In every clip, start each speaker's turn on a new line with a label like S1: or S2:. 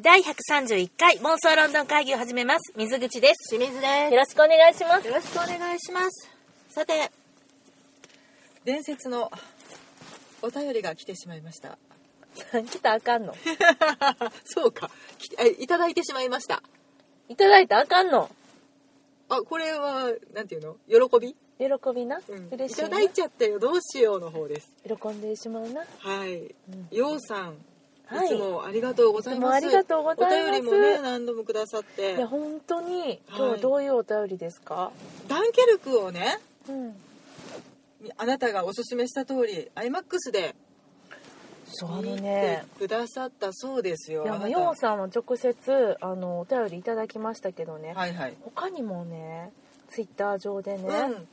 S1: 第131回妄想ロンドン会議を始めます。水口です。
S2: 清水で
S1: よろしくお願いします
S2: す。。よろしくお願いします。さて、伝説のお便りが来てしまいました。
S1: 来たらあかんの。
S2: そうか、きえいただいてしまいました。
S1: いただいたらあかんの。
S2: あ、これはなんていうの？喜び？
S1: 喜びな。
S2: うん
S1: 嬉しい
S2: た
S1: な。
S2: だいちゃったよ。どうしようの方です。
S1: 喜んでしまうな。
S2: はい
S1: ん。
S2: ようさん。
S1: はい
S2: いつもありがとうございます。
S1: いつもありがとうございます
S2: お便りもね何度もくださっ
S1: いや、
S2: て、
S1: 本当に、今日はどういうお便りですか、
S2: ダンケルクをね、
S1: うん。
S2: あなたがおすすめした通り、IMAX で
S1: そう、あの
S2: 見て
S1: ね。
S2: くださったそうですよ。
S1: いや、あ
S2: あ
S1: の、
S2: なた
S1: ヨウさんは直接、あの、お便りいただきましたけどね。
S2: はいはい。
S1: 他にもね、ツイッター上でね、
S2: うん。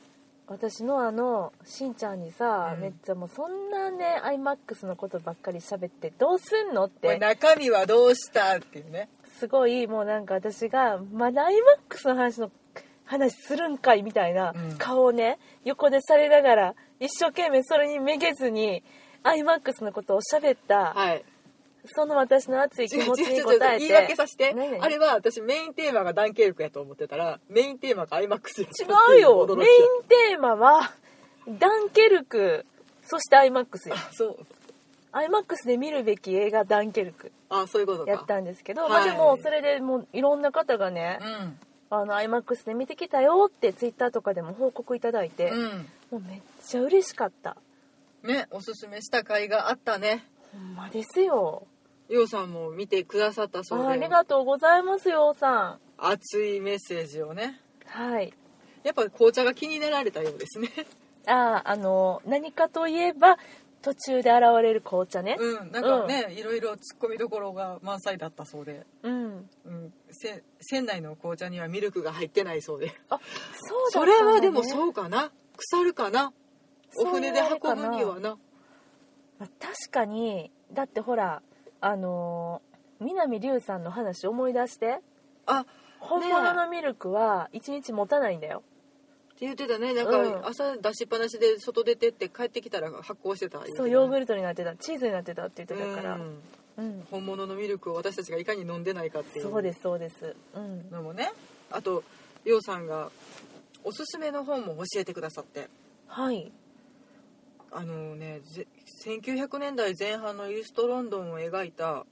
S1: 私のあのしんちゃんにさ、
S2: うん
S1: めっちゃもうそんなね iMAX のことばっかり喋ってどうすんのっ
S2: これ
S1: て
S2: 中身はどうしたっていうね
S1: すごいもうなんか私がまだ iMAX の話の話するんかいみたいな
S2: うん
S1: 顔をね、横でされながら一生懸命それにめげずに iMAX のことを喋った、
S2: はい
S1: その私の熱い気
S2: 違う違
S1: 持ち
S2: う
S1: に
S2: ち
S1: 応
S2: ょっと
S1: えて
S2: 言い訳させて
S1: 何々
S2: あれは私メインテーマがダンケルクやと思ってたらメインテーマがアイマックス違
S1: 違うよメインテーマはダンケルクそして iMAX よ
S2: あそう
S1: iMAX で見るべき映画ダンケルク
S2: あそういうことか
S1: やったんですけど、
S2: はい
S1: まあでもそれでもういろんな方がね、あの iMAX で見てきたよってツイッターとかでも報告いただいて、
S2: うん、
S1: もうめっちゃ嬉しかった
S2: うん、ねおすすめした回があったね
S1: ほんまですよ
S2: ようさんも見てくださった
S1: あ
S2: そう
S1: ー
S2: で
S1: ありがとうございますようさん
S2: 熱いメッセージをね
S1: はい
S2: やっぱ紅茶が気になられたようですね
S1: あーあの何かといえば途中で現れる紅茶ね
S2: うんなんかね、いろいろ突っ込みどころが満載だったそうで、
S1: うん、
S2: うん、せ船内の紅茶にはミルクが入ってないそうで
S1: あそ
S2: そう
S1: だったんだ、ね、
S2: れはでもそうかな腐るかなお船で運ぶにはな
S1: まあ確かにだってほらあのー南龍さんの話思い出して
S2: あっ
S1: 本物のミルクは1日持たないんだよ、
S2: て言ってたねなん
S1: うん
S2: か朝出しっぱなしで外出てって帰ってきたら発酵してた言てた
S1: そうヨーグルトになってたチーズになってたって言ってたから、
S2: うん
S1: うん
S2: 本物のミルクを私たちがいかに飲んでないかってい
S1: そうで
S2: う
S1: すそうです、うん、
S2: のもねあとようさんがおすすめの本も教えてくださって
S1: はい
S2: あのねぜ1900年代前半のイーストロンドンを描いた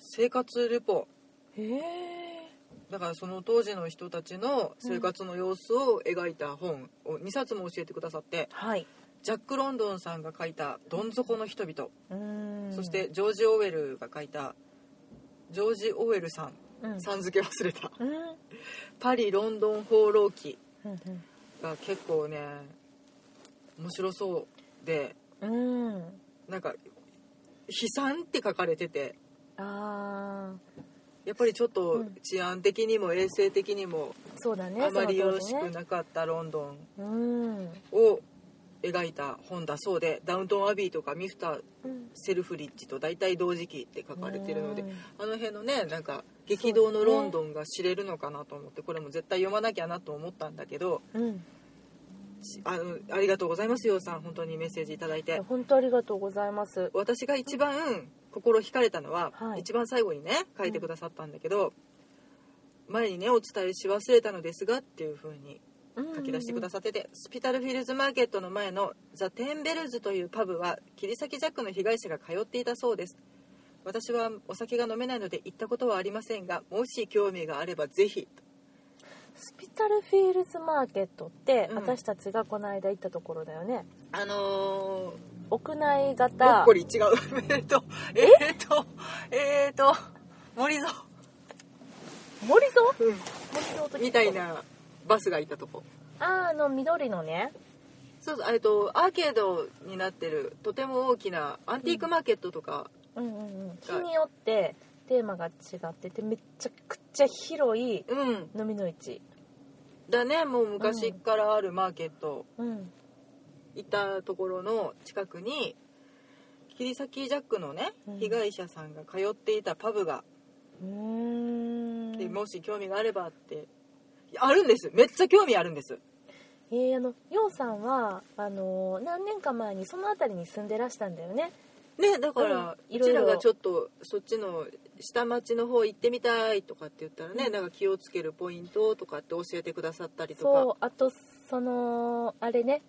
S2: 生活ルポ
S1: へえ
S2: だからその当時の人たちの生活の様子を描いた本を2冊も教えてくださって
S1: はい
S2: ジャック・ロンドンさんが書いた「どん底の人々
S1: うー」ん
S2: そしてジョージ・オウェルが書いた「ジョージ・オウェルさん」
S1: うんうん
S2: さん付け忘れた
S1: うん
S2: 「パリ・ロンドン放浪記
S1: うん」
S2: が結構ね面白そうで
S1: うんうん
S2: なんか「悲惨」って書かれてて
S1: ああ
S2: やっぱりちょっ
S1: う
S2: と
S1: ん
S2: 治安的にも衛生的にも
S1: そうだね
S2: あまり
S1: そ
S2: よ
S1: の
S2: ろ
S1: 当
S2: し
S1: 時
S2: く
S1: ね
S2: なかったロンド
S1: う
S2: ン
S1: ん
S2: を描いた本だそうでダウントン・アビーとかミスター・
S1: うん
S2: セルフリッジと大体同時期って書かれてるので
S1: うん
S2: あの辺のねなんか激動のロンドンが知れるのかなと思ってこれも絶対読まなきゃなと思ったんだけど
S1: うん
S2: しあのありがとうございますようさん本当にメッセージいただい
S1: い
S2: て
S1: や本当ありがとうございます
S2: 私が一番心惹かれたのは、
S1: はい
S2: 一番最後にね書いてくださったんだけど、前にねお伝えし忘れたのですがっていう風に書き出してくだ
S1: さ
S2: さってて、スピタルフィルズマーケットの前のザ・テンベルズというパブは切り裂きジャックの被害者が通っていたそうです私はお酒が飲めないので行ったことはありませんがもし興味があればぜひ
S1: スピタルフィールズマーケットって、
S2: うん
S1: 私たちがこの間行ったところだよね
S2: あの
S1: 屋内
S2: ー、も
S1: 型
S2: っこり違う えーとえーとえーと森蔵、
S1: 森蔵
S2: うん
S1: 森蔵と聞く
S2: みたいなバスがいたとこ
S1: あーあの緑のね
S2: そうそうえっとアーケードになってるとても大きなアンティークマーケットとか、
S1: うんうんうん日によってテーマが違っててめっちゃくちゃ広い
S2: うん、
S1: 飲みの市
S2: だねもう昔からあるマーケット
S1: うん
S2: 行ったところの近くに切り裂きジャックのね
S1: うん
S2: 被害者さんが通っていたパブが、
S1: うーん
S2: でもし興味があればっていやあるんですめっちゃ興味あるんです
S1: えー、あのヨウさんはあのー何年か前にその辺りに住んでらしたんだよね
S2: ねだから、
S1: うんいうろい
S2: ち
S1: ろ
S2: らがちょっとそっちの下町の方行ってみたいとかって言ったらね、
S1: うん
S2: なんか気をつけるポイントとかって教えてくださったりとか
S1: そうあとそのあれね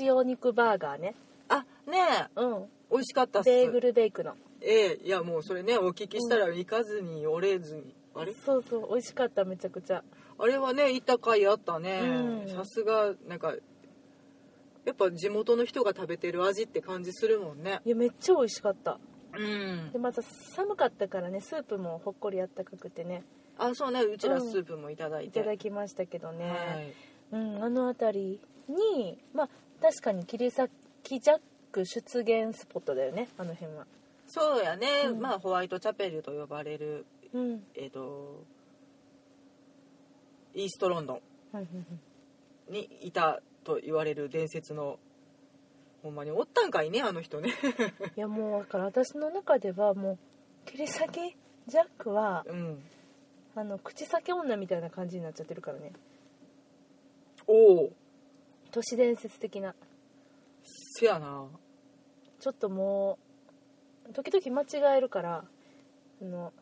S1: 塩肉バーガーね
S2: あねえ
S1: うん
S2: 美味しかったっす
S1: ベーグルベイクの
S2: ええいやもうそれねお聞きしたら行かずにおれずに、あれ
S1: そうそう美味しかっためちゃくちゃ
S2: あれはね行った回あったね
S1: うん
S2: さすがなんかやっぱ地元の人が食べてる味って感じするもんね
S1: いやめっちゃ美味しかった
S2: うん
S1: でまた寒かったからねスープもほっこりあったかくてね
S2: あそうねうちら
S1: うん
S2: スープもいただい
S1: い
S2: て、
S1: ただきましたけどね、
S2: はい
S1: うん、あの辺りにまあ確かに切り裂きジャック出現スポットだよねあの辺は
S2: そうやね、
S1: うん
S2: まあホワイトチャペルと呼ばれる
S1: うんうん
S2: えっ、とイーストロンド
S1: うんうん
S2: ンにいたと言われる伝説のほんまにおったんかいねあの人ね
S1: いやもうだから私の中ではもう切り裂きジャックは
S2: うん
S1: あの口裂け女みたいな感じになっちゃってるからね
S2: おお
S1: 都市伝説的な
S2: せやな
S1: ちょっともう時々間違えるからあの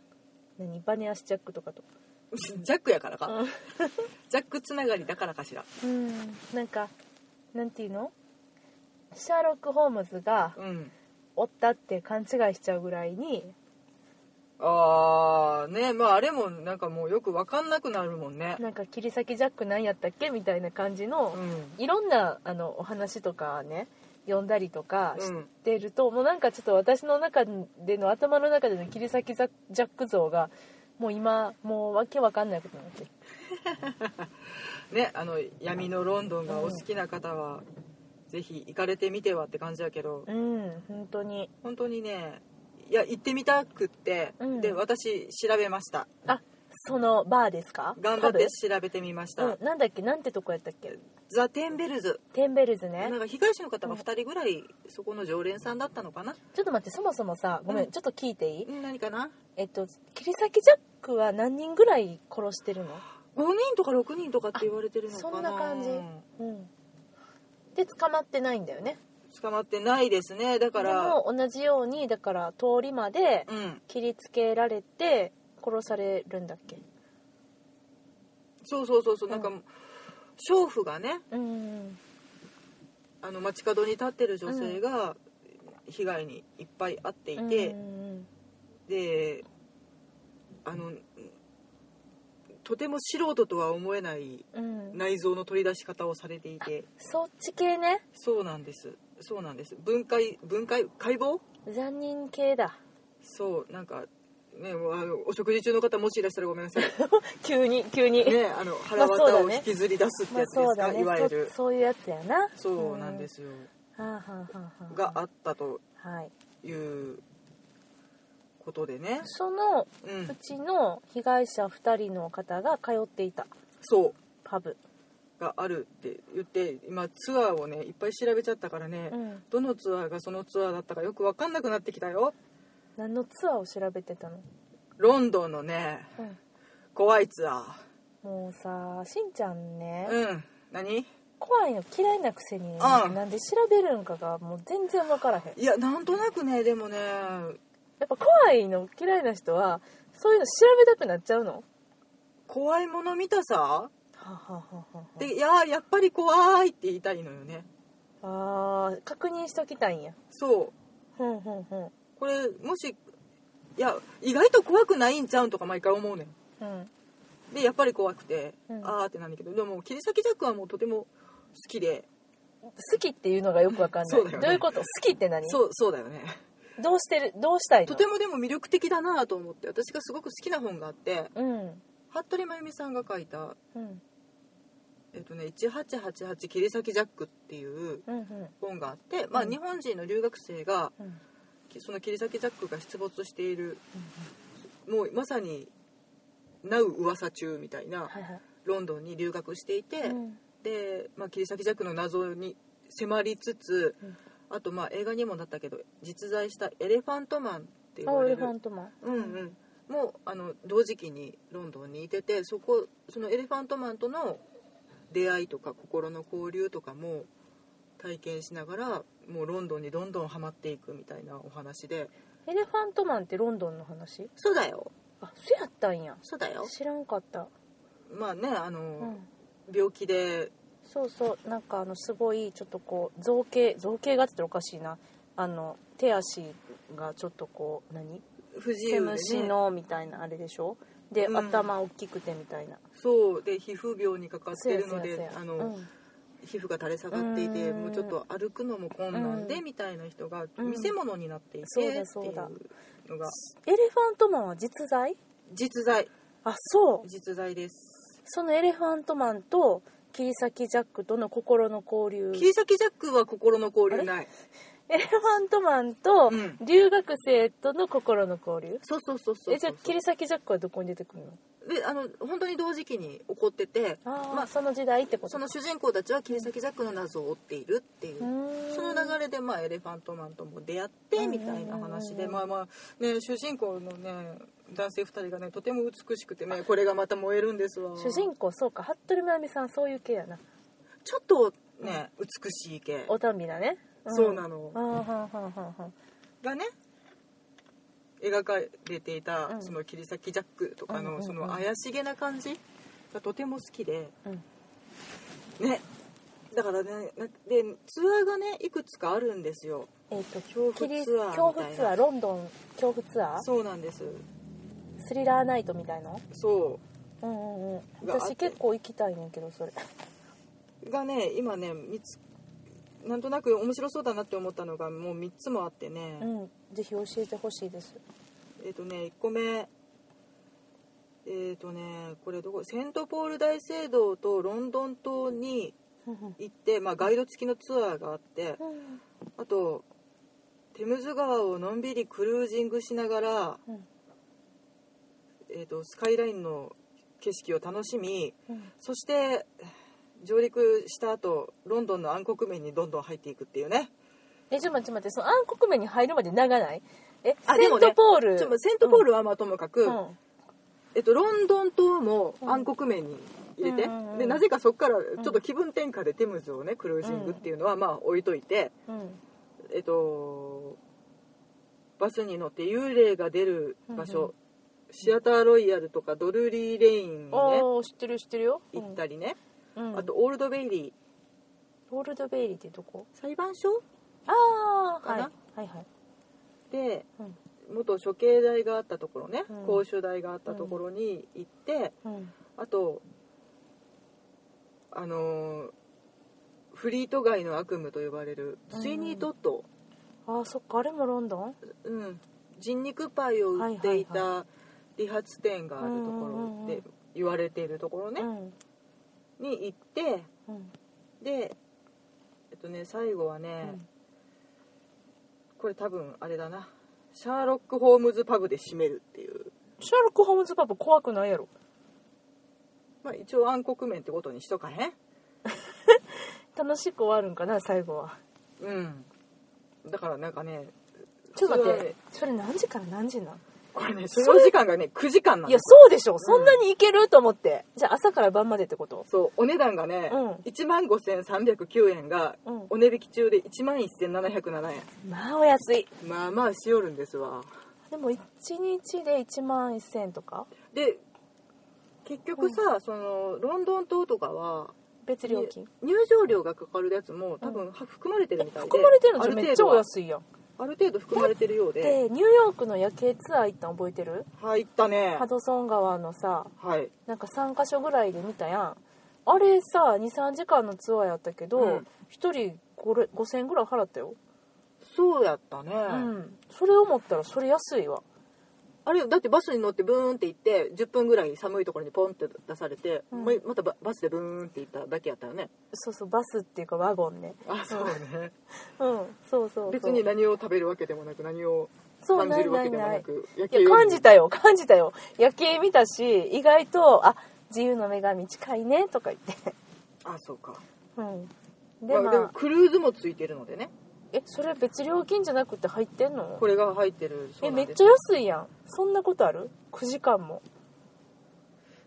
S1: 何バネ足ジャックとかと
S2: ジャックやからか、ジャックつながりだからかしら
S1: うんなんかなんていうのシャーロック・ホームズが
S2: うん
S1: おったって勘違いしちゃうぐらいに
S2: あーねまああれもなんかもうよく分かんなくなるもんね
S1: なんか切り裂きジャックなんやったっけみたいな感じの
S2: う、ん
S1: いろんなあのお話とかね読んだりとかし
S2: うん
S1: てると、もうなんかちょっと私の中での頭の中での切り裂きジャジャック像がもう今もうわけわかんないことになってる
S2: ねあの闇のロンドンがお好きな方は、ぜひ行かれてみてはって感じやけど、
S1: うん本当に
S2: 本当にねいや行ってみたくって、
S1: うん
S2: で私調べました
S1: あそのバーですか
S2: 頑張って調べてみました、
S1: うん、なんだっけなんてとこやったっけ
S2: ザ・テンベルズ
S1: テンベルズね
S2: なんか被害者の方が2人ぐらいそこの常連さんだったのかな、
S1: ちょっと待ってそもそもさごめん、
S2: うん
S1: ちょっと聞いていい
S2: うん、何かな
S1: えっと切り裂きジャックは何人ぐらい殺してるの
S2: 5人とか6人とかって言われてるのかな
S1: そんな感じうんで捕まってないんだよね
S2: 捕まってないですねだか
S1: で
S2: ら
S1: も同じようにだから通りまで
S2: うん
S1: 切りつけられて殺されるんだっけ
S2: そうそうそうそうなんか
S1: う
S2: 娼婦がね
S1: うん
S2: あの街角に立ってる女性が被害にいっぱい遭っていて、
S1: うん
S2: であのとても素人とは思えない
S1: うんうん
S2: 内臓の取り出し方をされていて
S1: そっち系ね
S2: そうなんですそうなんです分解分解解剖
S1: 残忍系 だ
S2: そうなんかねもうあのお食事中の方もしいらっしゃらごめん なさい
S1: 急に急に
S2: ねあの
S1: ま
S2: 腹
S1: あそう
S2: 渡
S1: だ
S2: を
S1: ね
S2: 引きずり出すって
S1: ま
S2: や
S1: あ
S2: つですか、
S1: そうだね
S2: いわゆる
S1: そそういうやつやな
S2: そうなんですよ、
S1: うんはあはあはあはあ
S2: があったと
S1: はい
S2: いうことでね
S1: その
S2: うん
S1: うちの被害者2人の方が通っていた
S2: そう
S1: パブ、
S2: があるって言って今ツアーをねいっぱい調べちゃったからね、
S1: うん、
S2: どのツアーがそのツアーだったかよく分かんなくなってきたよ
S1: 何のツアーを調べてたの、
S2: ロンドンのね
S1: うん、
S2: 怖いツア
S1: もうさしんちゃんね
S2: ー、うん何
S1: 怖いの嫌いなくせに、なんで調べるんかがもう全然分からへん
S2: いやなんとなくねでもね
S1: やっぱ怖いの嫌いな人はそういうの調べたくなっちゃうの
S2: 怖いもの見たさ
S1: はあはあはあはあ
S2: でいやーやっぱり怖いって言いたいのよね
S1: あー確認しときたいんや
S2: そう
S1: ふんふんふん
S2: これもしいや意外と怖くないんちゃうんとか毎回思うねん
S1: うん
S2: でやっぱり怖くて、
S1: うん
S2: あーってなんだけどでも切り裂きジャックはもうとても好きで
S1: 好きっていうのがよく分かんな
S2: そ
S1: いう
S2: だよね
S1: どういうこと好きって何
S2: そうそうだよね
S1: どうしてるどうしたいの
S2: とてもでも魅力的だなと思って私がすごく好きな本があって
S1: うん
S2: 服部真由美さんが書いた
S1: うん
S2: 「えっとね、1888切り裂きジャック」っていう
S1: うんうん
S2: 本があって、まあ、
S1: うん
S2: 日本人の留学生が
S1: うん
S2: きその切り裂きジャックが出没しているもうまさに「なう噂中」みたいな
S1: はいはい
S2: ロンドンに留学していて、
S1: うん
S2: で、まあ、切り裂きジャックの謎に迫りつつ、
S1: うん
S2: あとまあ映画にもなったけど実在したエレファントマンって言
S1: あ
S2: わ
S1: エ
S2: れ
S1: レファ
S2: る
S1: ントマン
S2: うんうん、もうあの同時期にロンドンにいててそこそのエレファントマンとの出会いとか心の交流とかも体験しながらもうロンドンにどんどんハマっていくみたいなお話で
S1: エレファントマンってロンドンの話
S2: そうだよ
S1: あそうやったんや
S2: そうだよ
S1: 知らんかった、
S2: まあねあの、
S1: うん、
S2: 病気で
S1: そうそうなんかあのすごいちょっとこう造形造形がって言ったらおかしいなあの手足がちょっとこう何
S2: 不自
S1: セ
S2: 由
S1: ムシ
S2: で、ね、
S1: のみたいなあれでしょで、
S2: うん
S1: 頭大きくてみたいな
S2: そうで皮膚病にかかっ
S1: そう
S2: て
S1: や
S2: る
S1: そ
S2: の
S1: うやそう
S2: で
S1: や
S2: あ
S1: う
S2: の、
S1: ん
S2: 皮膚が垂れ下がっていて
S1: うん
S2: もうちょっと歩くのも困難で
S1: うん
S2: みたいな人が
S1: うん
S2: 見せ物になっていてって
S1: そう
S2: い
S1: だ
S2: う
S1: そうだ
S2: のが
S1: エレファントマンは実在
S2: 実在
S1: あそう
S2: 実在です
S1: そのエレファントマンと切り裂きジャックとの心の交流
S2: 切り裂きジャックは心の交流ない
S1: エレファントマンと
S2: うん
S1: 留学生との心の交流、
S2: そうそうそうそう
S1: えじゃあ切り裂きジャックはどこに出てくるの
S2: であの本当に同時期に起こってて
S1: あ、ま
S2: ま
S1: あ、
S2: あ
S1: その時代ってこと
S2: その主人公たちは切り裂きジャックの謎を追っているっていうう
S1: ーん
S2: その流れでまあエレファントマンとも出会ってみたいな話
S1: う
S2: で
S1: ん
S2: まあまあね主人公のね男性2人がねとても美しくてねこれがまた燃えるんですわ
S1: 主人公そうか服部真由美さんそういう系やな
S2: ちょっとね美しい系
S1: おたんびだね、
S2: そうなの
S1: あーはんはんはんはん
S2: がね描かれていた
S1: うん
S2: その切り裂きジャックとか
S1: うんうんう
S2: の
S1: ん
S2: その怪しげな感じがとても好きで
S1: うん
S2: ねだからねなでツアーがねいくつかあるんですよ
S1: えっ、と
S2: 恐
S1: キリ
S2: 怖ツアー
S1: 恐
S2: み
S1: 怖
S2: たい
S1: ツアー
S2: な
S1: ロンドン恐怖ツアー
S2: そうなんです
S1: スリラーナイトみたいな
S2: そ
S1: うんうんうん
S2: があって
S1: 私結構行きたいねんけどそれ
S2: うがね今ね三つなんとなく面白そうだなって思ったのがもう3つもあってね、
S1: うんぜひ教えてほしいです
S2: えっ、とね1個目えっ、とねこれどこセントポール大聖堂とロンドン島に
S1: うん
S2: 行って、まあ、ガイド付きのツアーがあってあとテムズ川をのんびりクルージングしながら、
S1: うん
S2: えー、とスカイラインの景色を楽しみ
S1: うん
S2: そして上陸した後ロンドンの暗黒面にどんどん入っていくっていうね
S1: えちょっと待って待ってその暗黒面に入るまで長ないえ
S2: あ
S1: セ
S2: で
S1: ン
S2: も
S1: ト
S2: ね
S1: ポール
S2: ちょっとセントポールはまあともかく、
S1: うんうん
S2: えっと、ロンドン島も暗黒面に入れて、
S1: うんうんうん
S2: でなぜかそこからちょっと気分転換でテムズをねクルージングっていうのはまあ置いといて。
S1: うん
S2: えっと、バスに乗って幽霊が出る場所、
S1: うんう
S2: シアターロイヤルとかドルリーレインにね
S1: おー知ってる知ってるよ
S2: 行ったりね、
S1: うんうん
S2: あとオールドベイリ
S1: オールドベイリーってどこ
S2: ー裁判所
S1: ああ、はい、
S2: か
S1: は
S2: ない
S1: はい
S2: で
S1: うん
S2: 元処刑台があったところね、
S1: うん
S2: 公衆台があったところに行って、
S1: うん
S2: あとあのーフリート街の悪夢と呼ばれるスイニートット、
S1: ああそっかあれもロンドン
S2: うん、人肉パイを売ってい
S1: は
S2: た理髪店があるとこ
S1: う
S2: ろ
S1: んうんう
S2: で
S1: ん
S2: 言われているところね、
S1: うん
S2: に行って
S1: うん
S2: でえっとね最後はね、
S1: うん
S2: これ多分あれだなシャーロック・ホームズパブで締めるっていう、
S1: シャーロック・ホームズパブ怖くないやろ
S2: まあ、一応暗黒面ってことにしとかへん
S1: 楽しく終わるんかな最後は
S2: うんだからなんかね
S1: ちょっと待っ
S2: それは
S1: て
S2: ね
S1: それ何時から何時なん
S2: これね所要時間がね9時間ないの
S1: やそうでしょそんなにいける、と思ってじゃあ朝から晩までってこと
S2: そうお値段がね、
S1: うん
S2: 1万5309円が
S1: うん
S2: お値引き中で1万1707円
S1: まあお安い
S2: まあまあしよるんですわ
S1: でも1日で1万1000とか
S2: で結局さ、そのロンドン島とかは
S1: 別料金
S2: 入場料がかかるやつも多分は含まれてるみたいで、
S1: 含まれてるの
S2: あ
S1: じゃ
S2: る
S1: めっ
S2: 程
S1: ちゃ
S2: 度
S1: お
S2: は
S1: 安いやん
S2: ある程度含まれてるようで
S1: でニューヨークの夜景ツアー行ったん覚えてる
S2: 入ったね
S1: ハドソン川のさ
S2: はい
S1: なんか3か所ぐらいで見たやんあれさ23時間のツアーやったけ
S2: う
S1: ど、
S2: ん
S1: 一人これ5000円ぐらい払ったよ、
S2: そうやったね、
S1: うんそれ思ったらそれ安いわ
S2: あれだってバスに乗ってブーンって行って10分ぐらい寒いところにポンって出されて、
S1: うん
S2: ままたババスでブーンって行っただけやったよね
S1: そうそうバスっていうかワゴンね
S2: あ そうね
S1: うんそうそうそう
S2: 別に何を食べるわけでもなく何を
S1: そう
S2: 感
S1: な
S2: じ
S1: い
S2: るわ
S1: な
S2: け
S1: い
S2: でも
S1: な
S2: ないく
S1: いや感じたよ感じたよ夜景見たし意外とあ自由の女神近いねとか言って
S2: あそうか
S1: うん
S2: で
S1: で
S2: も,、
S1: ま
S2: でも
S1: あ
S2: クルーズもついてるのでね
S1: えそれ別料金じゃなくて入ってんの
S2: これが入ってるそ
S1: え
S2: う
S1: め
S2: なん
S1: っ
S2: で
S1: ち
S2: す
S1: ゃ安いやんそんなことある9時間も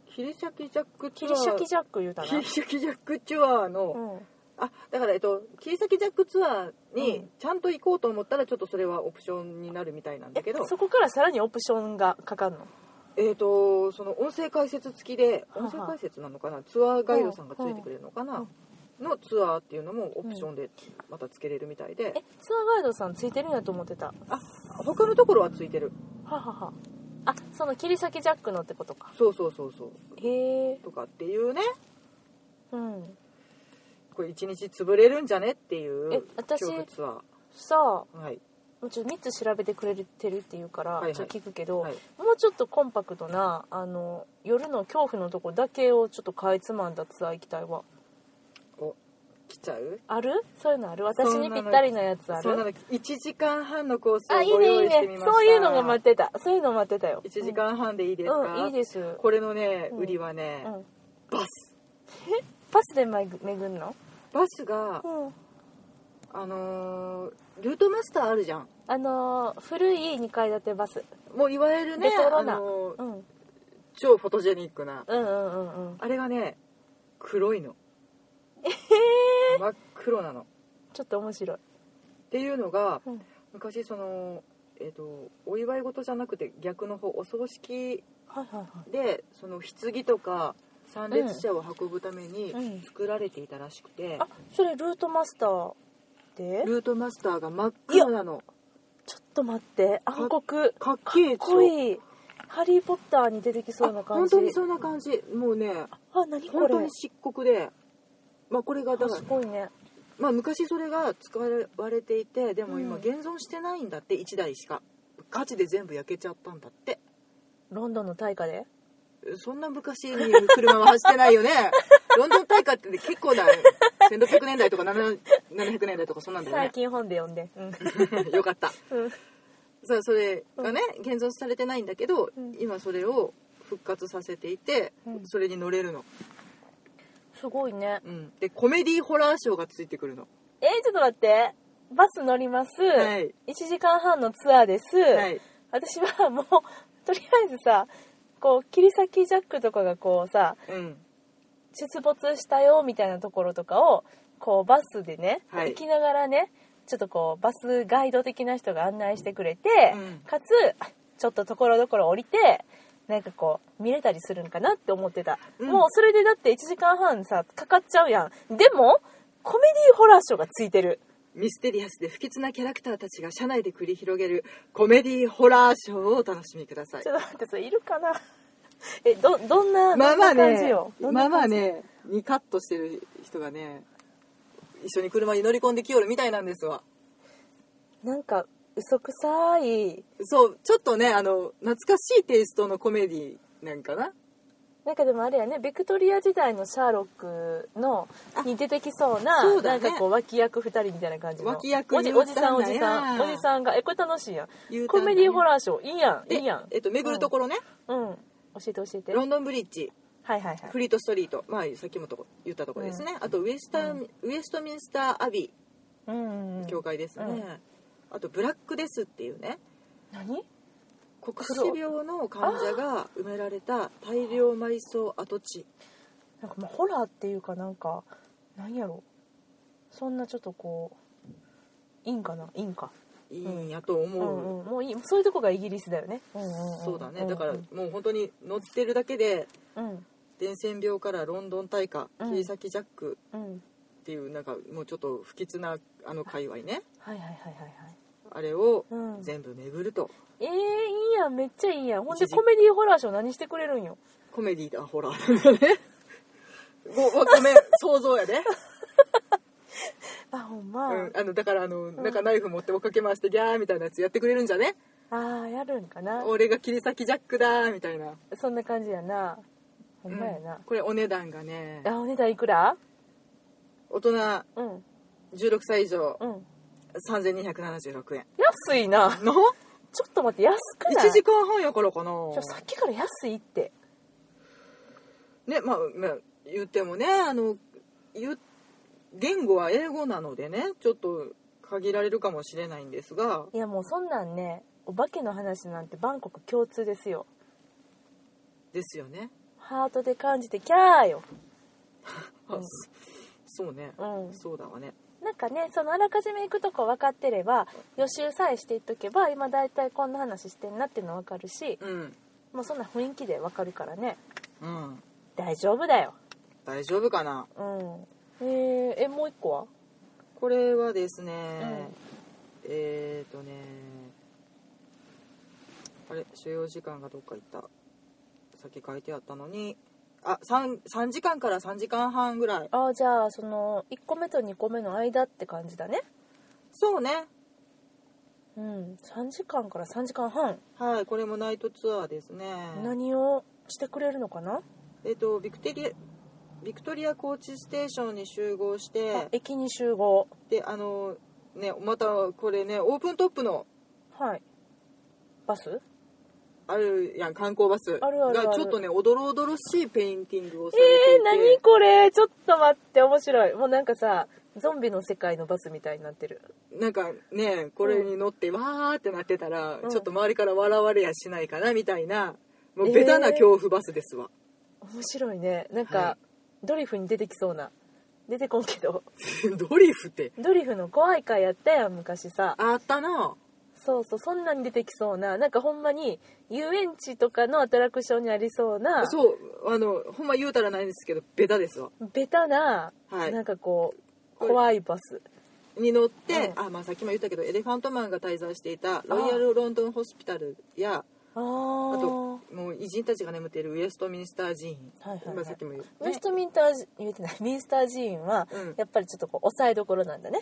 S2: 切り裂きジャックツ
S1: キ
S2: ア
S1: リシャ
S2: ー
S1: キジャック言うたな
S2: 切り裂きジャックツアーの、
S1: うん
S2: あだからえっと切り裂きジャックツアー
S1: う
S2: に
S1: ん
S2: ちゃんと行こうと思ったらちょっとそれはオプションになるみたいなんだけど
S1: そこからさらにオプションがかかるの
S2: えっとその音声解説付きで
S1: はは
S2: 音声解説なのかなツアーガイドさんがついてくれるのかなのツアーっていうのもオプションでまたつけれるみたいで
S1: えツアーガイドさんついてるんやと思ってたは
S2: あ他のところはついてる
S1: ははあその切り裂きジャックのってことか
S2: そうそうそうそう
S1: へえ
S2: とかっていうね
S1: うん
S2: これ一日潰れるんじゃねっていう
S1: え私
S2: 恐怖ツア
S1: さあ
S2: ーはい
S1: もうちょっと3つ調べてくれてるっていうから、
S2: はいはい
S1: ちょっと聞くけど、
S2: はい
S1: もうちょっとコンパクトなあの夜の恐怖のとこだけをちょっとかいつまんだツアー行きたいわ
S2: お来ちゃう
S1: あるそういうのある私
S2: そ
S1: に
S2: んな
S1: ぴ
S2: の
S1: ったりなやつあ
S2: そうなの
S1: る
S2: 1時間半のコース
S1: あ
S2: を
S1: いい
S2: ご
S1: ね
S2: 用
S1: いい
S2: 意して
S1: ね
S2: みました
S1: そういうのが待ってたそういうの待ってたよ
S2: 1時間半でいいですか、
S1: うん、うんいいです、う
S2: これのね
S1: うん
S2: 売りはね、
S1: ん、
S2: バス
S1: パスで巡巡んの、
S2: バスが、
S1: うん、
S2: あのールートマスターあるじゃん
S1: あのー古い2階建てバス、
S2: もういわゆるね
S1: レトロな
S2: あのー
S1: うん、うん
S2: 超フォトジェニックな
S1: うんうんうん
S2: あれがね黒いの真っ黒なのっ
S1: ちょっと面白い、
S2: ていうのが
S1: うん
S2: 昔そのえっ、とお祝い事じゃなくて逆の方お葬式
S1: はいはいはい
S2: でその棺とか参列者を運ぶために
S1: うん
S2: 作られていたらしくて
S1: あ、それルートマスターで
S2: ルートマスターが真っ黒なの
S1: ちょっと待って暗黒
S2: かっけ
S1: かっ
S2: えでし
S1: こ
S2: ょ
S1: いいハリー・ポッターに出てきそうな
S2: あ
S1: 感
S2: 本
S1: じ
S2: 当にそんな感じもうね
S1: あ何こ
S2: 本
S1: れ
S2: 当に漆黒でまあこれがだ
S1: あ
S2: から
S1: すごいね
S2: まあ昔それが使われていてでも今
S1: うん
S2: 現存してないんだって1台しかガチで全部焼けちゃったんだって
S1: ロンドンの大火で
S2: そんな昔に車は走ってない よねロンドン大火って結構だ1600年代とか700年代とかそんなんだよね
S1: 最近本で読んでうん
S2: よかった
S1: うん
S2: さあそれがね現存されてないんだけど、
S1: うん
S2: 今それを復活させていて、
S1: うん
S2: それに乗れるの、
S1: すごいね
S2: うん、でコメディホラーショーがついてくるの
S1: えー、ちょっと待ってバス乗ります、
S2: はい
S1: 1時間半のツアーです、
S2: はい
S1: 私はもうとりあえずさこう切り裂きジャックとかがこうさ
S2: うん
S1: 出没したよみたいなところとかをこうバスでね、
S2: はい
S1: 行きながらねちょっとこうバスガイド的な人が案内してくれて、
S2: うん
S1: かつちょっとところどころ降りてなんかこう見れたりするんかなって思ってた、
S2: うん
S1: もうそれでだって1時間半さかかっちゃうやんでもコメディホラーショーがついてる
S2: ミステリアスで不吉なキャラクターたちが車内で繰り広げるコメディホラーショーをお楽しみください
S1: ちょっと待ってそれいるかなえどどんな
S2: まあまあ
S1: どんな感じ
S2: ね
S1: よどん
S2: ま
S1: な
S2: あまあねにカットしてる人がね一緒に車に乗り込んできよるみたいなんですわ
S1: なんか嘘くさい
S2: そうちょっとねあの懐かしいテイストのコメディなんかな
S1: なんかでもあれやねビクトリア時代のシャーロックのに出てきそうな
S2: そうだね
S1: なんかこう脇役2人みたいな感じの
S2: 脇役
S1: おじおじさんおじさ
S2: 言うんたん
S1: お
S2: や
S1: じさんがえこれ楽しいやん
S2: 言うたん
S1: コ
S2: やね
S1: メディホラーショーいいやんいいやん
S2: でえっと巡るところね、
S1: うん教えて教えては
S2: ロ
S1: い
S2: ンドンブリッジ
S1: はいはい
S2: フリートストリートまあさっきもとこ言ったところですね、あとウェスタン、ウェストミンスターアビ
S1: うんうんうん
S2: ー教会ですね、
S1: うん
S2: あとブラックデスっていうね
S1: 何
S2: 黒死病の患者が埋められた大量埋葬跡地
S1: なんかまあホラーっていうかなんかなんやろそんなちょっとこういいんかないいんか
S2: いいんやと思
S1: う
S2: う、
S1: んうんもういいそういうとこがイギリスだよねうんうんん
S2: そうだね、
S1: んん
S2: だからもう本当に乗ってるだけで
S1: うん
S2: 伝染病からロンドン大火
S1: うん
S2: 切り裂きジャック
S1: うん
S2: っていうなんかもうちょっと不吉なあの界隈ね
S1: はいはいはいはい
S2: あれを
S1: はいうん
S2: 全部巡ると
S1: えー、いいやんめっちゃいいやんほんで
S2: 一時
S1: コメディホラーショー何してくれるんよ
S2: コメディだホラーだね ごごごめん想像 やね、
S1: あほんま、
S2: うん、あのだからあのなんかナイフ持って追っかけ回してギャーみたいなやつやってくれるんじゃね
S1: あーやるんかな
S2: 俺が切り裂きジャックだーみたいな
S1: そんな感じやなほんまやな
S2: うん、これお値段がね
S1: あお値段いくら
S2: 大人
S1: うん
S2: 16歳以上
S1: うん
S2: 3276円
S1: 安いな
S2: の
S1: ちょっと待って安くない
S2: 1時間半やからかな
S1: ちょさっきから安いって
S2: ねまあ、まあ、言ってもねあの言う言語は英語なのでねちょっと限られるかもしれないんですが
S1: いやもうそんなんねお化けの話なんてバンコク共通ですよ
S2: ですよね
S1: ハートで感じてキャーよ
S2: あ
S1: うん
S2: そそうね、
S1: うん、
S2: そうだわね
S1: なんかねそのあらかじめ行くとこ分かってれば予習さえしていっとけば今大体こんな話してんなっていうの分かるし
S2: うん
S1: もうそんな雰囲気で分かるからね
S2: うん
S1: 大丈夫だよ
S2: 大丈夫かな
S1: うんえー、えもう一個は
S2: これはですね、えっ、ー、とねあれ所要時間がどっか行ったさっき書いてあったのにあ三 3, 時間から3時間半ぐらい
S1: ああじゃあその1個目と2個目の間って感じだね
S2: そうね
S1: うん3時間から3時間半、
S2: はいこれもナイトツアーですね
S1: 何をしてくれるのかな、
S2: えっ、とビクテリアビクトリアコーチステーションに集合し
S1: あ
S2: て
S1: 駅に集合
S2: であのねまたこれねオープントップの
S1: はいバス
S2: あるやん観光バス
S1: あるあるある
S2: がちょっとねおどろおどろしいペインティングをされていて
S1: えー、何これちょっと待って面白いもうなんかさゾンビの世界のバスみたいになってる
S2: なんかねこれに乗ってわーってなってたら、
S1: うん
S2: ちょっと周りから笑われやしないかなみたいなも
S1: え
S2: う
S1: ー
S2: ベタな恐怖バスですわ、
S1: 面白いねなんか、
S2: は
S1: ドリフに出てきそうな出てこんけど
S2: ドリフって
S1: ドリフの怖い回やったやん昔さ
S2: あったな
S1: そうそうそんなに出てきそうななんかほんまに遊園地とかのアトラクションにありそうな
S2: そうあのほんま言うたらないんですけどベタですわ
S1: ベタな、
S2: はい
S1: なんかこう
S2: これ
S1: 怖いバス
S2: に乗って、
S1: う
S2: あまあさっきも言ったけどエレファントマンが滞在していたロイヤルロンドンホスピタルや
S1: あ
S2: あ
S1: あ
S2: ともう偉人たちが眠っているウェストミンスター寺院、
S1: はいはいはい
S2: まあさっきも言っ
S1: ウェストミンタージ言えてないミンスター寺院は
S2: うん
S1: やっぱりちょっとこう抑えどころなんだね、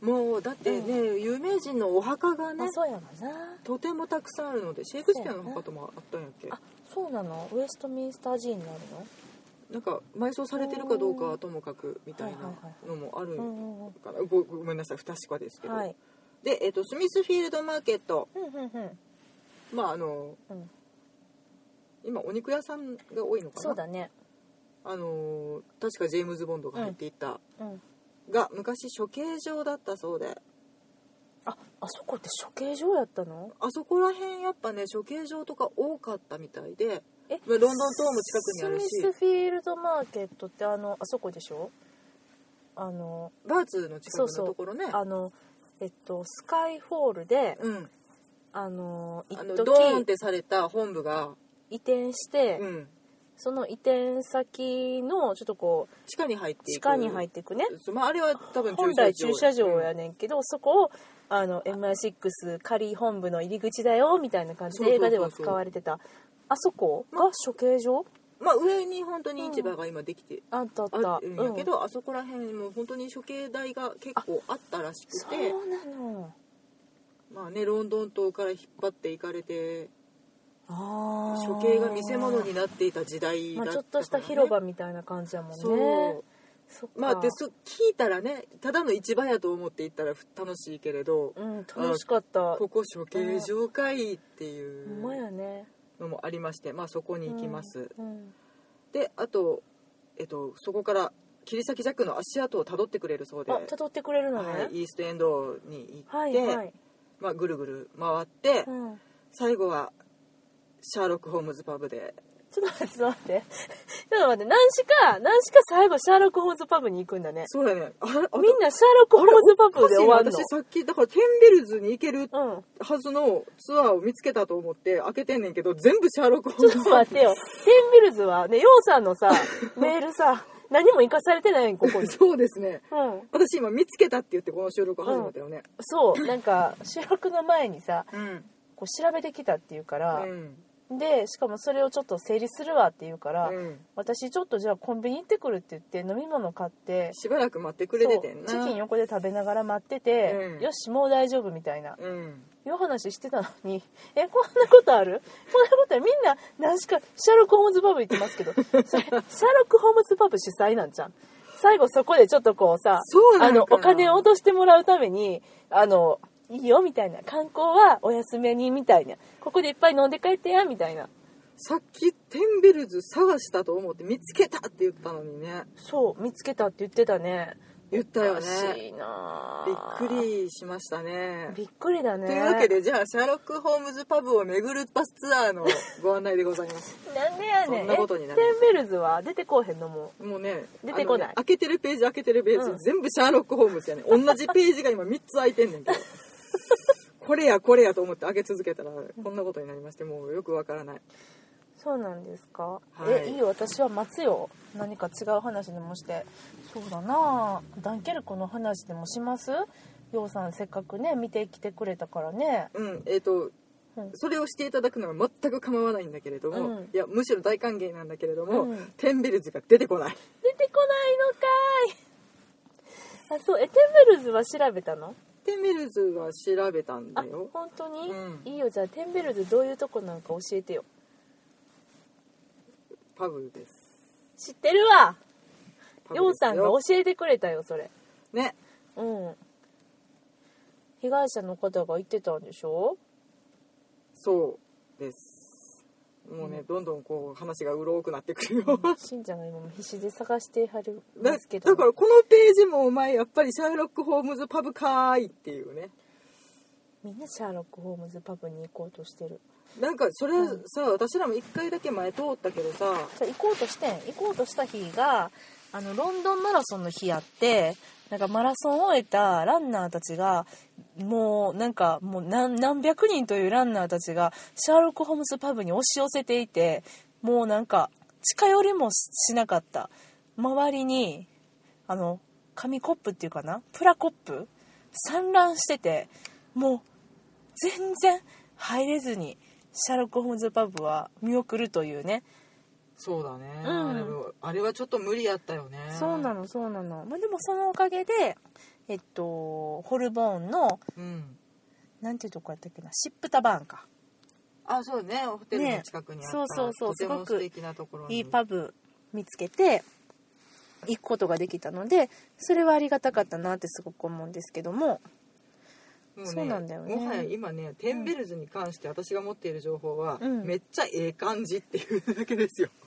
S2: もうだってね、有名人のお墓がね
S1: あそうやわな
S2: とてもたくさんあるのでシェイクスピアの墓ともあったんやっけ
S1: あそうなのウェストミンスター寺院にあるの
S2: なんか埋葬されてるかどうかはともかくみたい
S1: はいは
S2: ない
S1: は
S2: のもある
S1: うんうんうん
S2: かなごごめんなさい不確かですけど、
S1: はい
S2: で、えっとスミスフィールドマーケット
S1: うんうんうん
S2: まああの
S1: うん
S2: 今お肉屋さんが多いのかな
S1: そうだね
S2: あの確かジェームズ・ボンドが入っていた、
S1: うん
S2: が昔処刑場だったそうで
S1: ああそこって処刑場やったの
S2: あそこら辺やっぱね処刑場とか多かったみたいで
S1: え
S2: まあロンドン塔も近くにあるし
S1: スミスフィールドマーケットってあのあそこでしょあの
S2: バーツの近く
S1: そ
S2: の
S1: うそう
S2: ところね
S1: あのえっとスカイフォールで
S2: うん
S1: あの一
S2: あの
S1: 時
S2: ドーンってされた本部が、
S1: 移転して、
S2: うん、
S1: その移転先のちょっとこう
S2: 地下に入っていく
S1: 地下に入っていくね
S2: そうまあ、あれは多分
S1: 本来駐車場
S2: うん
S1: やねんけど、そこをあの MI6 仮本部の入り口だよみたいな感じ
S2: そう
S1: で
S2: そう
S1: 映画
S2: そうそう
S1: では使われてたあそこが処刑場
S2: まあ、上に本当に市場が今できて
S1: あったあっ
S2: あ
S1: た
S2: るんやけ
S1: うん
S2: ど、あそこら辺も本当に処刑台が結構あったらしく
S1: そ
S2: て
S1: うなの
S2: まあね、ロンドン島から引っ張っていかれて
S1: あー
S2: 処刑が見せ物になっていた時代だ
S1: ま
S2: っ
S1: あ、ちょ
S2: たから
S1: っ
S2: ね
S1: とした広場みたいな感じやもんね
S2: そう
S1: そっか
S2: まあでそ聞いたらねただの市場やと思って行ったらふ楽しいけれど、
S1: うん楽しかった
S2: ここ処刑場かいってい
S1: ほんま
S2: う
S1: やね
S2: のもありまして、まあ、そこに行きます、
S1: うん
S2: であと、えっと、そこから切り裂きジャックの足跡をたどってくれるそうで、
S1: あたどってくれるのね
S2: はい、イーストエンドに行
S1: は
S2: っ
S1: い
S2: て、
S1: はい、
S2: まあ、ぐるぐる回って、
S1: うん
S2: 最後はシャーロック・ホームズパブで
S1: ちょっと待って、ちょっと待って。 ちょっと待って、何しか、何しか最後、シャーロック・ホームズパブに行くんだね。
S2: そうやねあれあ
S1: みんな、シャーロック・ホームズパブで終わる
S2: おかしいな私
S1: の。
S2: さっきだからテンベルズに行ける
S1: うん。
S2: はずのツアーを見つけたと思って開けてんねんけど全部シャーロック・ホー
S1: ちょ
S2: ム
S1: っ
S2: ズ
S1: と
S2: パブ。
S1: 待ってよ。テンビルズは、ね、ヨウさんのさ、メールさ、何も生かされてないん、ここに
S2: そうですね
S1: うん。
S2: 私今見つけたって言ってこの収録始めたよね
S1: そう、なんか、収録の前にさ、
S2: うん、
S1: こう調べてきたっていうから、
S2: うん
S1: で、しかもそれをちょっと整理するわっていうから、
S2: うん
S1: 私ちょっとじゃあコンビニ行ってくるって言って飲み物買って
S2: しばらく待ってくれててんな
S1: そうチキン横で食べながら待ってて、
S2: うん
S1: よしもう大丈夫みたいな
S2: うん
S1: いう話してたのにえこんなことあるこんなことあるみんな何しかシャーロック・ホームズパブ行ってますけどそれシャーロック・ホームズパブ主催なんじゃん最後そこでちょっとこうさ
S2: そう
S1: あ
S2: なんか
S1: の
S2: な
S1: お金を落としてもらうためにあのいいよみたいな観光はお休めにみたいなここでいっぱい飲んで帰ってやみたいな
S2: さっきテンベルズ探したと思って見つけたって言ったのにね
S1: そう見つけたって言ってたね
S2: 言った
S1: お
S2: よ
S1: かし
S2: ね
S1: いな
S2: びっくりしましたね
S1: びっくりだね
S2: というわけでじゃあシャーロック・ホームズパブを巡るバスツアーのご案内でござい ます
S1: なんでやねん
S2: そんなことにな
S1: え
S2: ります
S1: テンベルズは出てこうへんのも
S2: もうね
S1: 出てこない
S2: あのね開けてるページ開けてるページ、
S1: うん
S2: 全部シャーロック・ホームズやね同じページが今3つ開いてんねんけど これやこれやと思って開け続けたらこんなことになりましてもうよくわからない
S1: そうなんですか、
S2: い
S1: えいいよ私は待つよ何か違う話でもしてそうだなダンケルクの話でもしますようさんせっかくね見てきてくれたからね
S2: うんえっ、と
S1: うん
S2: それをしていただくのは全く構わないんだけれども、
S1: うん
S2: いやむしろ大歓迎なんだけれども、
S1: うん
S2: テンベルズが出てこない
S1: 出てこないのかいあそうえテンベルズは調べたの
S2: テンベルズは調べたん
S1: あ
S2: だよ
S1: 本当に、
S2: うん
S1: いいよじゃあテンベルズどういうとこなんか教えてよ
S2: パブです
S1: 知ってるわ
S2: パブ
S1: よう
S2: です
S1: さんが教えてくれたよそれ
S2: ね
S1: うん被害者の方が言ってたんでしょ
S2: そうですもうね、どんどんこう話がうろうくなってくるよ
S1: しんちゃんが今必死で探してはる ん
S2: だ
S1: で
S2: だ
S1: すけど、
S2: からこのページもお前やっぱりシャーロック・ホームズパブかーいっていうね
S1: みんなシャーロック・ホームズパブに行こうとしてる
S2: なんかそれはさ、私らも一回だけ前通ったけどさ
S1: じゃあ行こうとしてん行こうとした日があのロンドンマラソンの日やってなんかマラソンを終えたランナーたちがもうなんかもう何何百人というランナーたちがシャーロック・ホームズパブに押し寄せていてもうなんか近寄りもししなかった周りにあの紙コップっていうかなプラコップ散乱しててもう全然入れずにシャーロック・ホームズパブは見送るというね
S2: そうだね、
S1: うん
S2: あれはあれはちょっと無理やったよね
S1: そうなのそうなの、まあ、でもそのおかげでえっとホルボーンの
S2: うん
S1: なんていうとこやったっけなシップタバーンか
S2: あそうねホテルの近くにあった、
S1: ねそうそうそう
S2: とても
S1: すご
S2: 素
S1: く
S2: 敵なところに
S1: いいパブ見つけて行くことができたのでそれはありがたかったなってすごく思うんですけども
S2: も
S1: そうなんだよね
S2: もはや今ねテンベルズに関して私が持っている情報は、
S1: うん
S2: めっちゃええ感じっていうだけですよ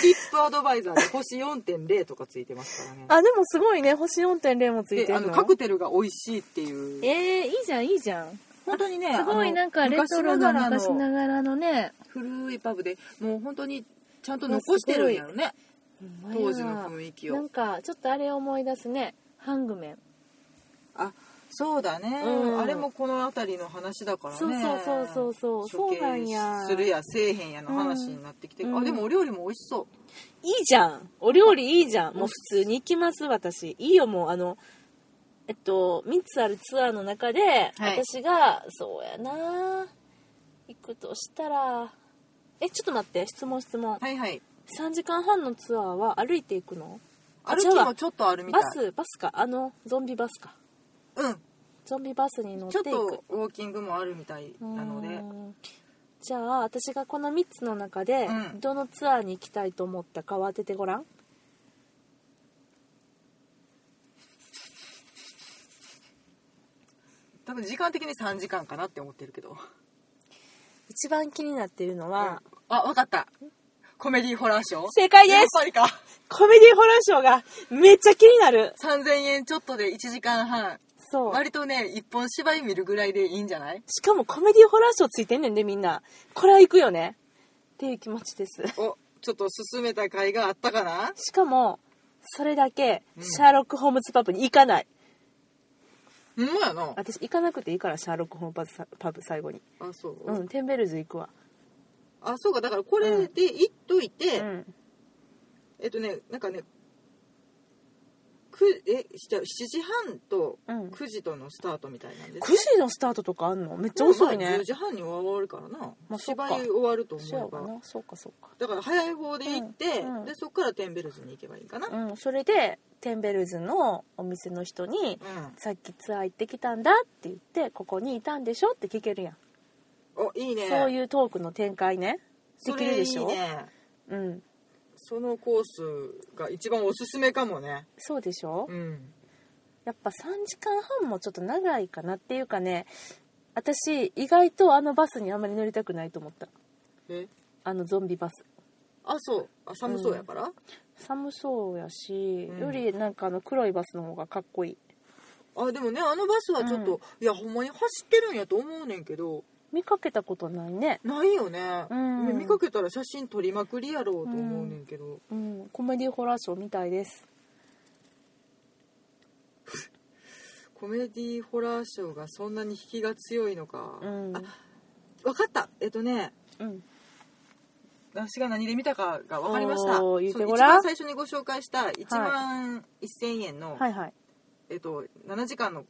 S2: トリップアドバイザーで星4.0とかついてますからね
S1: あでもすごいね星4.0もついて
S2: であ
S1: るの
S2: のカクテルが美味しいっていう
S1: えー、いいじゃんいいじゃん
S2: 本当にね
S1: すごい
S2: あの
S1: なんかレトロな昔ながらのね
S2: 古いパブでもう本当にちゃんと残してるんやろね
S1: ほんまや
S2: 当時の雰囲気
S1: な
S2: を
S1: んかちょっとあれ思い出すねハングメン
S2: あそうだね、
S1: うん
S2: あれもこの辺りの話だからね
S1: そうそうそうそうそう
S2: 処刑
S1: そうなんや
S2: するやせえへんやの話になってきて、
S1: うん
S2: あでもお料理も美味しそう
S1: いいじゃん。お料理いいじゃん。もう普通に行きます、私。いいよ、もう、あの、えっと、3つあるツアーの中で、
S2: はい
S1: 私が、そうやな行くとしたら、え、ちょっと待って、質問質問。
S2: はいはい
S1: 3時間半のツアーは歩いていくのあ
S2: 歩きもちょっとあるみたい
S1: バス、バスか。あの、ゾンビバスか。
S2: うん
S1: ゾンビバスに乗っ
S2: ち
S1: て
S2: ょ
S1: いく。
S2: っとウォーキングもあるみたいう
S1: ーん
S2: なので
S1: じゃあ、私がこの3つの中で、
S2: うん
S1: どのツアーに行きたいと思ったかを当ててごらん。
S2: 多分時間的に3時間かなって思ってるけど
S1: 一番気になっているのは、
S2: あわかったコメディホラーショー
S1: 正解です
S2: やっぱりか
S1: コメディホラーショーがめっちゃ気になる。
S2: 3000円ちょっとで1時間半
S1: そう。
S2: 割とね一本芝居見るぐらいでいいんじゃない
S1: しかもコメディホラーショーついてんねんでみんな。これは行くよね。っていう気持ちです。
S2: おちょっと進めた甲斐があったかな
S1: しかも、それだけ、
S2: うん
S1: シャーロック・ホームズパブに行かない。
S2: うんまやな
S1: 私行かなくていいから、シャーロック・ホームズパブさパブ最後に。
S2: あそう、
S1: うん、テンベルズ行くわ。
S2: あそうかだからこれでいっといて、
S1: うん。
S2: えっとねなんかねくえし7時半と
S1: うん
S2: 9時とのスタートみたいなんです、
S1: 9時のスタートとかあんのめっちゃ遅い
S2: まあ
S1: ね
S2: 10。時半に終わるからな、
S1: まあそっか
S2: 芝居終わると
S1: そう
S2: 思
S1: や
S2: えば
S1: かな。そうかそうか。
S2: だから早い方で行って、
S1: うんうん
S2: でそっからテンベルズに行けばいいかな、
S1: うん、それで、テンベルズのお店の人に、
S2: う
S1: さっきツアー行ってきたんだって言って、ここにいたんでしょって聞けるやん。
S2: ん、おいいね
S1: そういうトークの展開ねで
S2: そ
S1: きる
S2: れい
S1: で
S2: い
S1: しょ
S2: ね
S1: うん
S2: そのコースが一番おすすめかもね
S1: そうでしょ、
S2: うん
S1: やっぱ3時間半もちょっと長いかなっていうかね私意外とあのバスにあんまり乗りたくないと思った
S2: え
S1: あのゾンビバス
S2: あそうあ寒そうやから、
S1: 寒そうやし、
S2: うん
S1: よりなんかあの黒いバスの方がかっこいい
S2: あでもねあのバスはちょっと、いやほんまに走ってるんやと思うねんけど
S1: 見かけたことないね
S2: ないよね、
S1: うん
S2: で見かけたら写真撮りまくりやろうと思うねんけど、
S1: うんコメディホラーショーみたいです
S2: コメディホラーショーがそんなに引きが強いのか、
S1: うん
S2: あ分かったえっとね
S1: うん
S2: 私が何で見たかが分かりました
S1: おー言うて
S2: その
S1: ごらん
S2: 一番最初にご紹介した1万1000円の、
S1: はいはい
S2: えっと、7時間の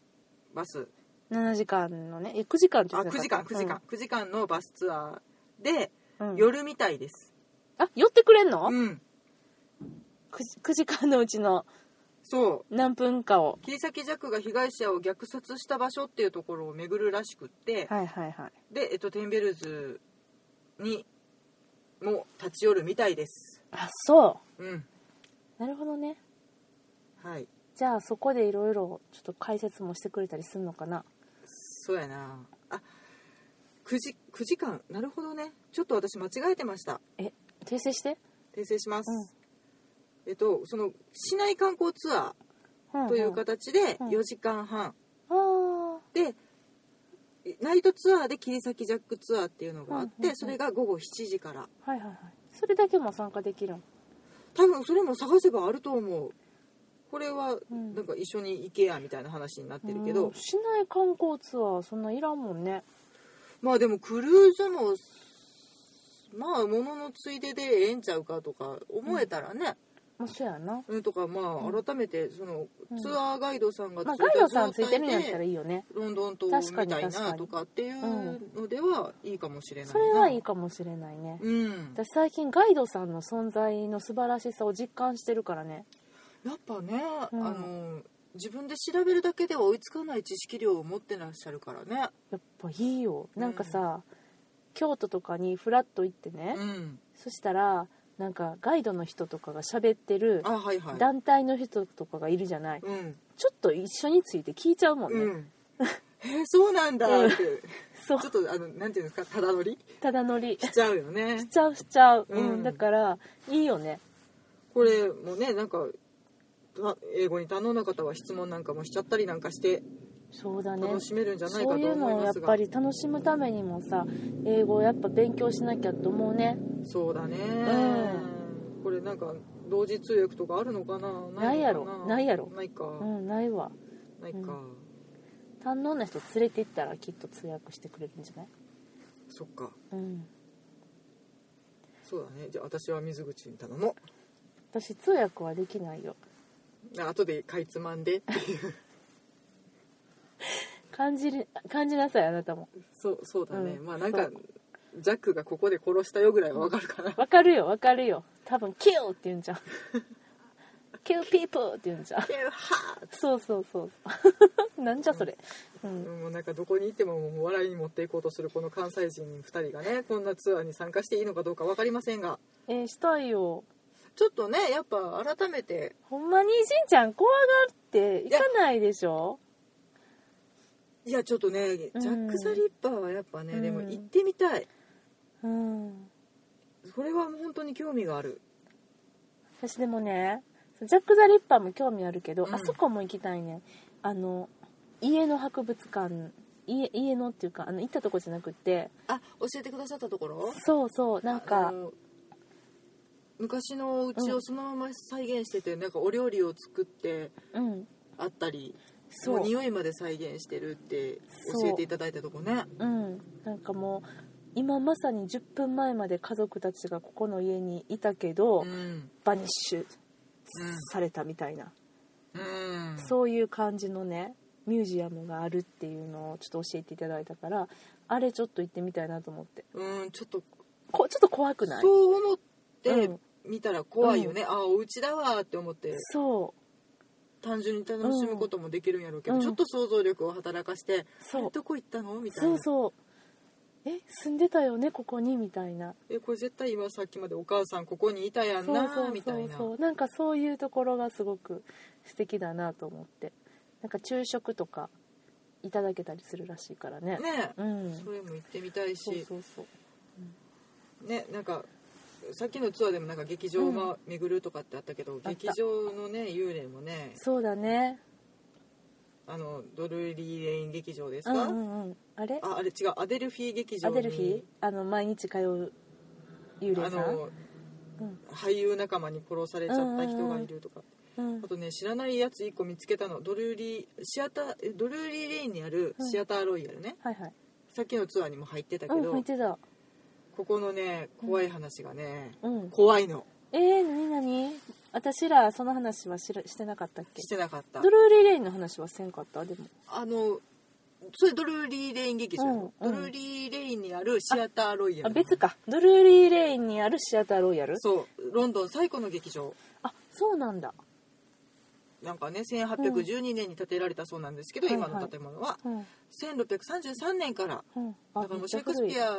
S2: バス
S1: 7時間のねえ9時間って
S2: あ
S1: 言って
S2: 9時
S1: なか
S2: 間
S1: った
S2: 9時間、、9時間のバスツアーで
S1: うんうん
S2: 夜みたいです
S1: あ寄ってくれんの、
S2: うん
S1: 9, 9時間のうちの
S2: そう
S1: 何分かを
S2: 切り裂きジャックが被害者を虐殺した場所っていうところを巡るらしくって、
S1: はいはいはい
S2: で、えっと、テンベルズにも立ち寄るみたいです
S1: あそ
S2: うん
S1: うなるほどね
S2: はい
S1: じゃあそこでいろいろちょっと解説もしてくれたりするのかな
S2: そうやなあ9時 ,9 時間なるほどねちょっと私間違えてました
S1: え訂正して、
S2: 訂正します、
S1: うん
S2: えっとその市内観光ツア
S1: うん
S2: ーという形で
S1: うん
S2: 4時間半、
S1: うんあ
S2: でナイトツアーで切り裂きジャックツアーっていうのがあっ
S1: うんうんう
S2: て
S1: ん
S2: それが午後7時から
S1: ーはいはいはいそれだけも参加できるん
S2: 多分それも探せばあると思うこれは
S1: うん
S2: なんか一緒に行けやみたいな話になってるけど、
S1: うん市内観光ツアーそんないらんもんね
S2: まあでもクルーズもまあもののついででええんちゃうかとか思えたらね、
S1: まあそうやな、
S2: うん、とかまあ改めてその
S1: うん
S2: ツアーガイドさんが
S1: まあ、ガイドさんつ
S2: つい
S1: い
S2: た
S1: て
S2: 状
S1: るんやった
S2: 態
S1: ら
S2: で
S1: いいよね
S2: ロンドン島
S1: 確か
S2: み
S1: に
S2: たい
S1: 確か
S2: な
S1: に
S2: とかっていうのではいいかもしれないな
S1: それはいいかもしれないね、
S2: うん
S1: 私最近ガイドさんの存在の素晴らしさを実感してるからね
S2: やっぱね、
S1: うん
S2: あの自分で調べるだけでは追いつかない知識量を持ってらっしゃるからね
S1: やっぱいいよなんかさ、京都とかにフラッと行ってね、
S2: うん
S1: そしたらなんかガイドの人とかが喋ってる
S2: あはいはい
S1: 団体の人とかがいるじゃない、
S2: うん
S1: ちょっと一緒について聞いちゃうもんね、
S2: うん、 えそうなんだって、
S1: そう
S2: ちょっとあのなんていうんですかただ乗り
S1: ただ乗り
S2: しちゃうよね
S1: しちゃうしちゃう、う
S2: うん
S1: ん、だからいいよね
S2: これもねなんかた英語に堪能な方は質問なんかもしちゃったりなんかして
S1: そうだね
S2: 楽しめるんじゃない
S1: そ
S2: か
S1: う
S2: と
S1: いう
S2: 思い
S1: のをや
S2: ま
S1: っ
S2: すが
S1: ぱり楽しむためにもさ英語をやっぱ勉強しなきゃと思うね
S2: そうだね、これなんか同時通訳とかあるのかな
S1: ないやろ
S2: のか
S1: ないやろ
S2: ないか、
S1: うんないわ
S2: ないか、
S1: 堪能な人連れて行ったらきっと通訳してくれるんじゃない
S2: そっか
S1: うん
S2: そうだねじゃあ私は水口に頼も
S1: 私通訳はできないよ
S2: うあ後でかいつまんで
S1: 感じる感じなさいあなたも
S2: そうそうだね、
S1: うん
S2: まあなんかジャックがここで殺したよぐらいはわかるかな、
S1: わかるよわかるよ多分「kill」って言うんじゃん「kill people」って言うんじゃんそうそうそうそう なんじゃそれうん
S2: もうなんかどこに行ってももう笑いに持っていこうとするこの関西人2人がねこんなツアーに参加していいのかどうか分かりませんが
S1: えーしたいよ
S2: ちょっとねやっぱ改めて
S1: ほんまにしんちゃん怖がって行かないでしょ
S2: いやちょっとねジャ
S1: うん
S2: ック・ザ・リッパーはやっぱね、
S1: うん
S2: でも行ってみたい
S1: うん
S2: それは本当に興味がある
S1: 私でもねジャック・ザ・リッパーも興味あるけど、
S2: うん
S1: あそこも行きたいねあの家の博物館家家のっていうかあの行ったとこじゃなくて
S2: あ教えてくださったところ
S1: そうそうなん
S2: あ
S1: か
S2: の昔のお家をそのまま再現してて、なんかお料理を作って
S1: うん
S2: あったり
S1: そう
S2: もう匂いまで再現してるって
S1: そう
S2: 教えていただいたとこね
S1: うんなんかもう今まさに10分前まで家族たちがここの家にいたけど、
S2: うん
S1: バニッシュされたみたいな、
S2: うん、うん、
S1: そういう感じのねミュージアムがあるっていうのをちょっと教えていただいたからあれちょっと行ってみたいなと思って
S2: うんちょっと
S1: こちょっと怖くない
S2: そう思っ
S1: う
S2: て
S1: ん
S2: 見たら怖いよね、ああお家だわーって思って
S1: そう
S2: 単純に楽しむこともできるんやろうけど、
S1: うん
S2: ちょっと想像力を働かして「
S1: そう
S2: あれどこ行ったの?」みたい
S1: そ
S2: な
S1: うそうえ住んでたよねここにみたいな
S2: えこれ絶対今さっきまでお母さんここにいたやん
S1: そう
S2: な
S1: そう
S2: み
S1: そ
S2: たいうな
S1: そうなんかそういうところがすごく素敵だなと思ってなんか昼食とかいただけたりするらしいからね
S2: ね
S1: うん
S2: それも行ってみたい
S1: そう
S2: し
S1: そうそう
S2: ねなんかさっきのツアーでもなんか劇場が巡るとかってあったけど、
S1: た
S2: 劇場のね幽霊もね
S1: そうだね
S2: あのドルリー・レイン劇場です
S1: うん
S2: か、
S1: うんうんあれ
S2: ああれ違うアデルフィー劇場
S1: ア
S2: に
S1: デルフィーあの毎日通う幽
S2: あ
S1: 霊さん
S2: の、俳優仲間に殺されちゃった人がいるとか、
S1: うん
S2: あとね知らないやつ1個見つけたのドルーリーシアターえドルーリーレインにあるシアターロイヤルね、
S1: はいはい
S2: さっきのツアーにも入ってたけ
S1: う
S2: ど、
S1: ん見てた
S2: ここのね怖い話がね、
S1: うん
S2: 怖いの
S1: えー、なになに私らその話はしらしてなかったっけ
S2: してなかった
S1: ドルーリーレインの話はせんかったでも
S2: あのそれドルーリーレイン劇場よ、
S1: うんうん
S2: ドルーリーレインにあるシアターロイヤル
S1: あ別かドルーリーレインにあるシアターロイヤル
S2: そうロンドン最古の劇場
S1: あそうなんだ
S2: なんかね1812年に建てられたそうなんですけど、
S1: うん
S2: 今の建物は
S1: うん
S2: 1633年から
S1: うん
S2: だ
S1: あ
S2: から
S1: め
S2: もう
S1: っち
S2: シェ
S1: ゃ
S2: イクス
S1: 古い
S2: ピア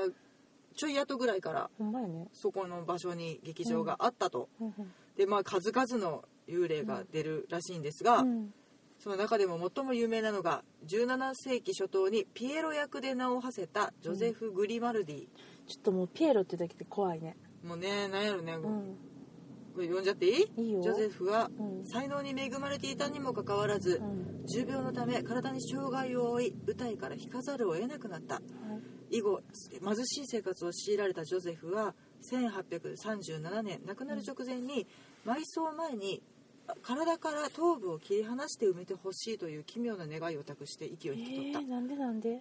S2: ちょい後ぐらいから
S1: ほんまやね
S2: そこの場所に劇場があったと、
S1: うんうん
S2: でまあ数々の幽霊が出るらしいんですが、
S1: うん
S2: その中でも最も有名なのが17世紀初頭にピエロ役で名を馳せたジョゼフ・グリマルディ、
S1: ちょっともうピエロってだけで怖いね
S2: もうねなんやろね、
S1: うん
S2: これ読んじゃっていい
S1: いいよ
S2: ジョゼフは
S1: うん
S2: 才能に恵まれていたにもかかわらず
S1: う、ん
S2: 重病のため体に障害を負い舞台から引かざるを得なくなった
S1: はい
S2: 以後貧しい生活を強いられたジョゼフは1837年亡くなる直前に埋葬前にあ体から頭部を切り離して埋めてほしいという奇妙な願いを託して息を
S1: え
S2: 引き取った、
S1: ー、なんでなんで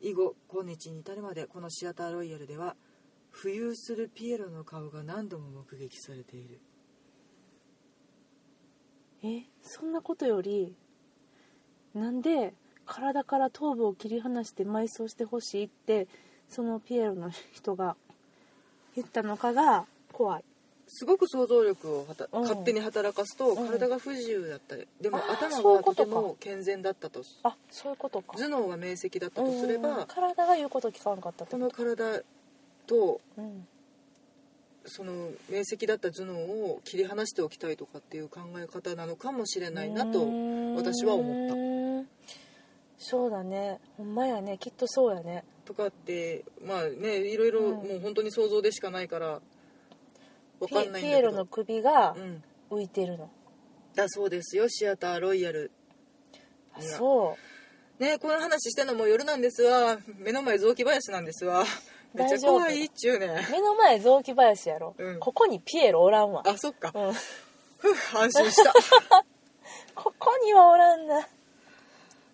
S2: 以後今日に至るまでこのシアターロイヤルでは浮遊するピエロの顔が何度も目撃されている
S1: えそんなことよりなんで体から頭部を切り離して埋葬してほしいってそのピエロの人が言ったのかが怖い
S2: すごく想像力をはた
S1: うん
S2: 勝手に働かすと
S1: うん
S2: 体が不自由だったりでも
S1: あー
S2: 頭
S1: そうい
S2: は
S1: う
S2: と
S1: こと
S2: て
S1: か
S2: も健全だったと
S1: あそういうことか
S2: 頭脳が明晰だったとすれ
S1: うんうんうん
S2: ば
S1: 体が言うこと聞かんかったって
S2: こ
S1: こ
S2: の体と
S1: とうん
S2: その明晰だった頭脳を切り離しておきたいとかっていう考え方なのかもしれないなと
S1: うーん
S2: 私は思った
S1: そうだねほんまやねきっとそうやね
S2: とかってまあねいろいろ
S1: うん
S2: もう本当に想像でしかないからわ
S1: ピ
S2: かんないんだけど
S1: ピエロの首が
S2: うん、
S1: 浮いてるの、
S2: だそうですよシアターロイヤル
S1: あ
S2: うん
S1: そう
S2: ねこの話してんのもう夜なんですわ目の前雑木林なんですわめっちゃ
S1: 大丈夫
S2: 怖いっちゅうね
S1: 目の前雑木林やろ、
S2: うん
S1: ここにピエロおらんわ、
S2: あそっか
S1: うん、
S2: ふう安心した
S1: ここにはおらんな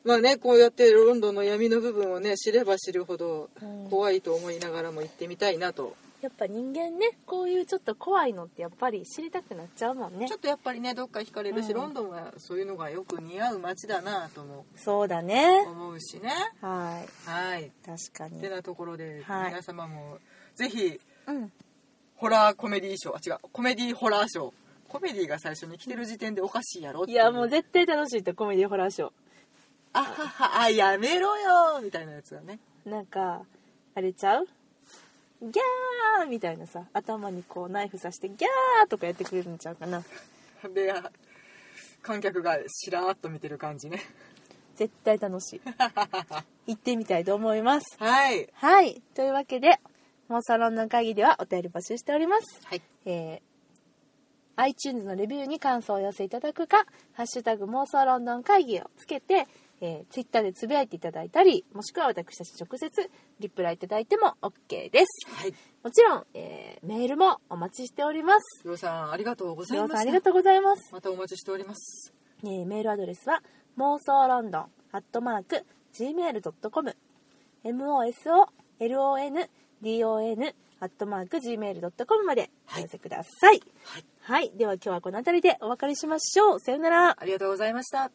S2: まあねこうやってロンドンの闇の部分をね知れば知るほど
S1: うん
S2: 怖いと思いながらも行ってみたいなと、
S1: やっぱ人間ねこういうちょっと怖いのってやっぱり知りたくなっちゃうもんね
S2: ちょっとやっぱりねどっか惹かれるし、
S1: うん
S2: ロンドンはそういうのがよく似合う街だなとも
S1: そうだね
S2: 思うしね
S1: はい
S2: はい
S1: 確か
S2: て
S1: に
S2: なところで、
S1: はい
S2: 皆様もぜひ
S1: うん
S2: ホラーコメディーショーあ違うコメディーホラーショーコメディが最初に来てる時点でおかしいやろって
S1: い
S2: いう
S1: やもう絶対楽しいってコメディホラーショ
S2: あははあやめろよみたいなやつだね
S1: ーなんかあれちゃうギャーみたいなさ頭にこうナイフ刺してギャーとかやってくれるんちゃうかな
S2: であ観客がしらーっと見てる感じね
S1: 絶対楽しい行ってみたいと思います
S2: はい
S1: はいというわけで妄想論の会議ではお便り募集しております
S2: はい
S1: えー iTunes のレビューに感想をお寄せいただくか「ハッシュタグ妄想ロンドン会議」をつけて、えー、Twitter でつぶやいていただいたりもしくは私たち直接リプライいただいても OK です
S2: はい
S1: もちろん、えーメールもお待ちしております
S2: りょうさんありがとうござい
S1: りょ
S2: ま
S1: うさ
S2: し
S1: ん
S2: た
S1: ありがとうございます
S2: またお待ちしております
S1: えーメールアドレスは妄想ロンドンアットマーク gmail.com mosolondon アットマーク gmail.com までお寄せください、
S2: はい
S1: はい、では今日はこの辺りでお別れしましょうさようなら
S2: ありがとうございました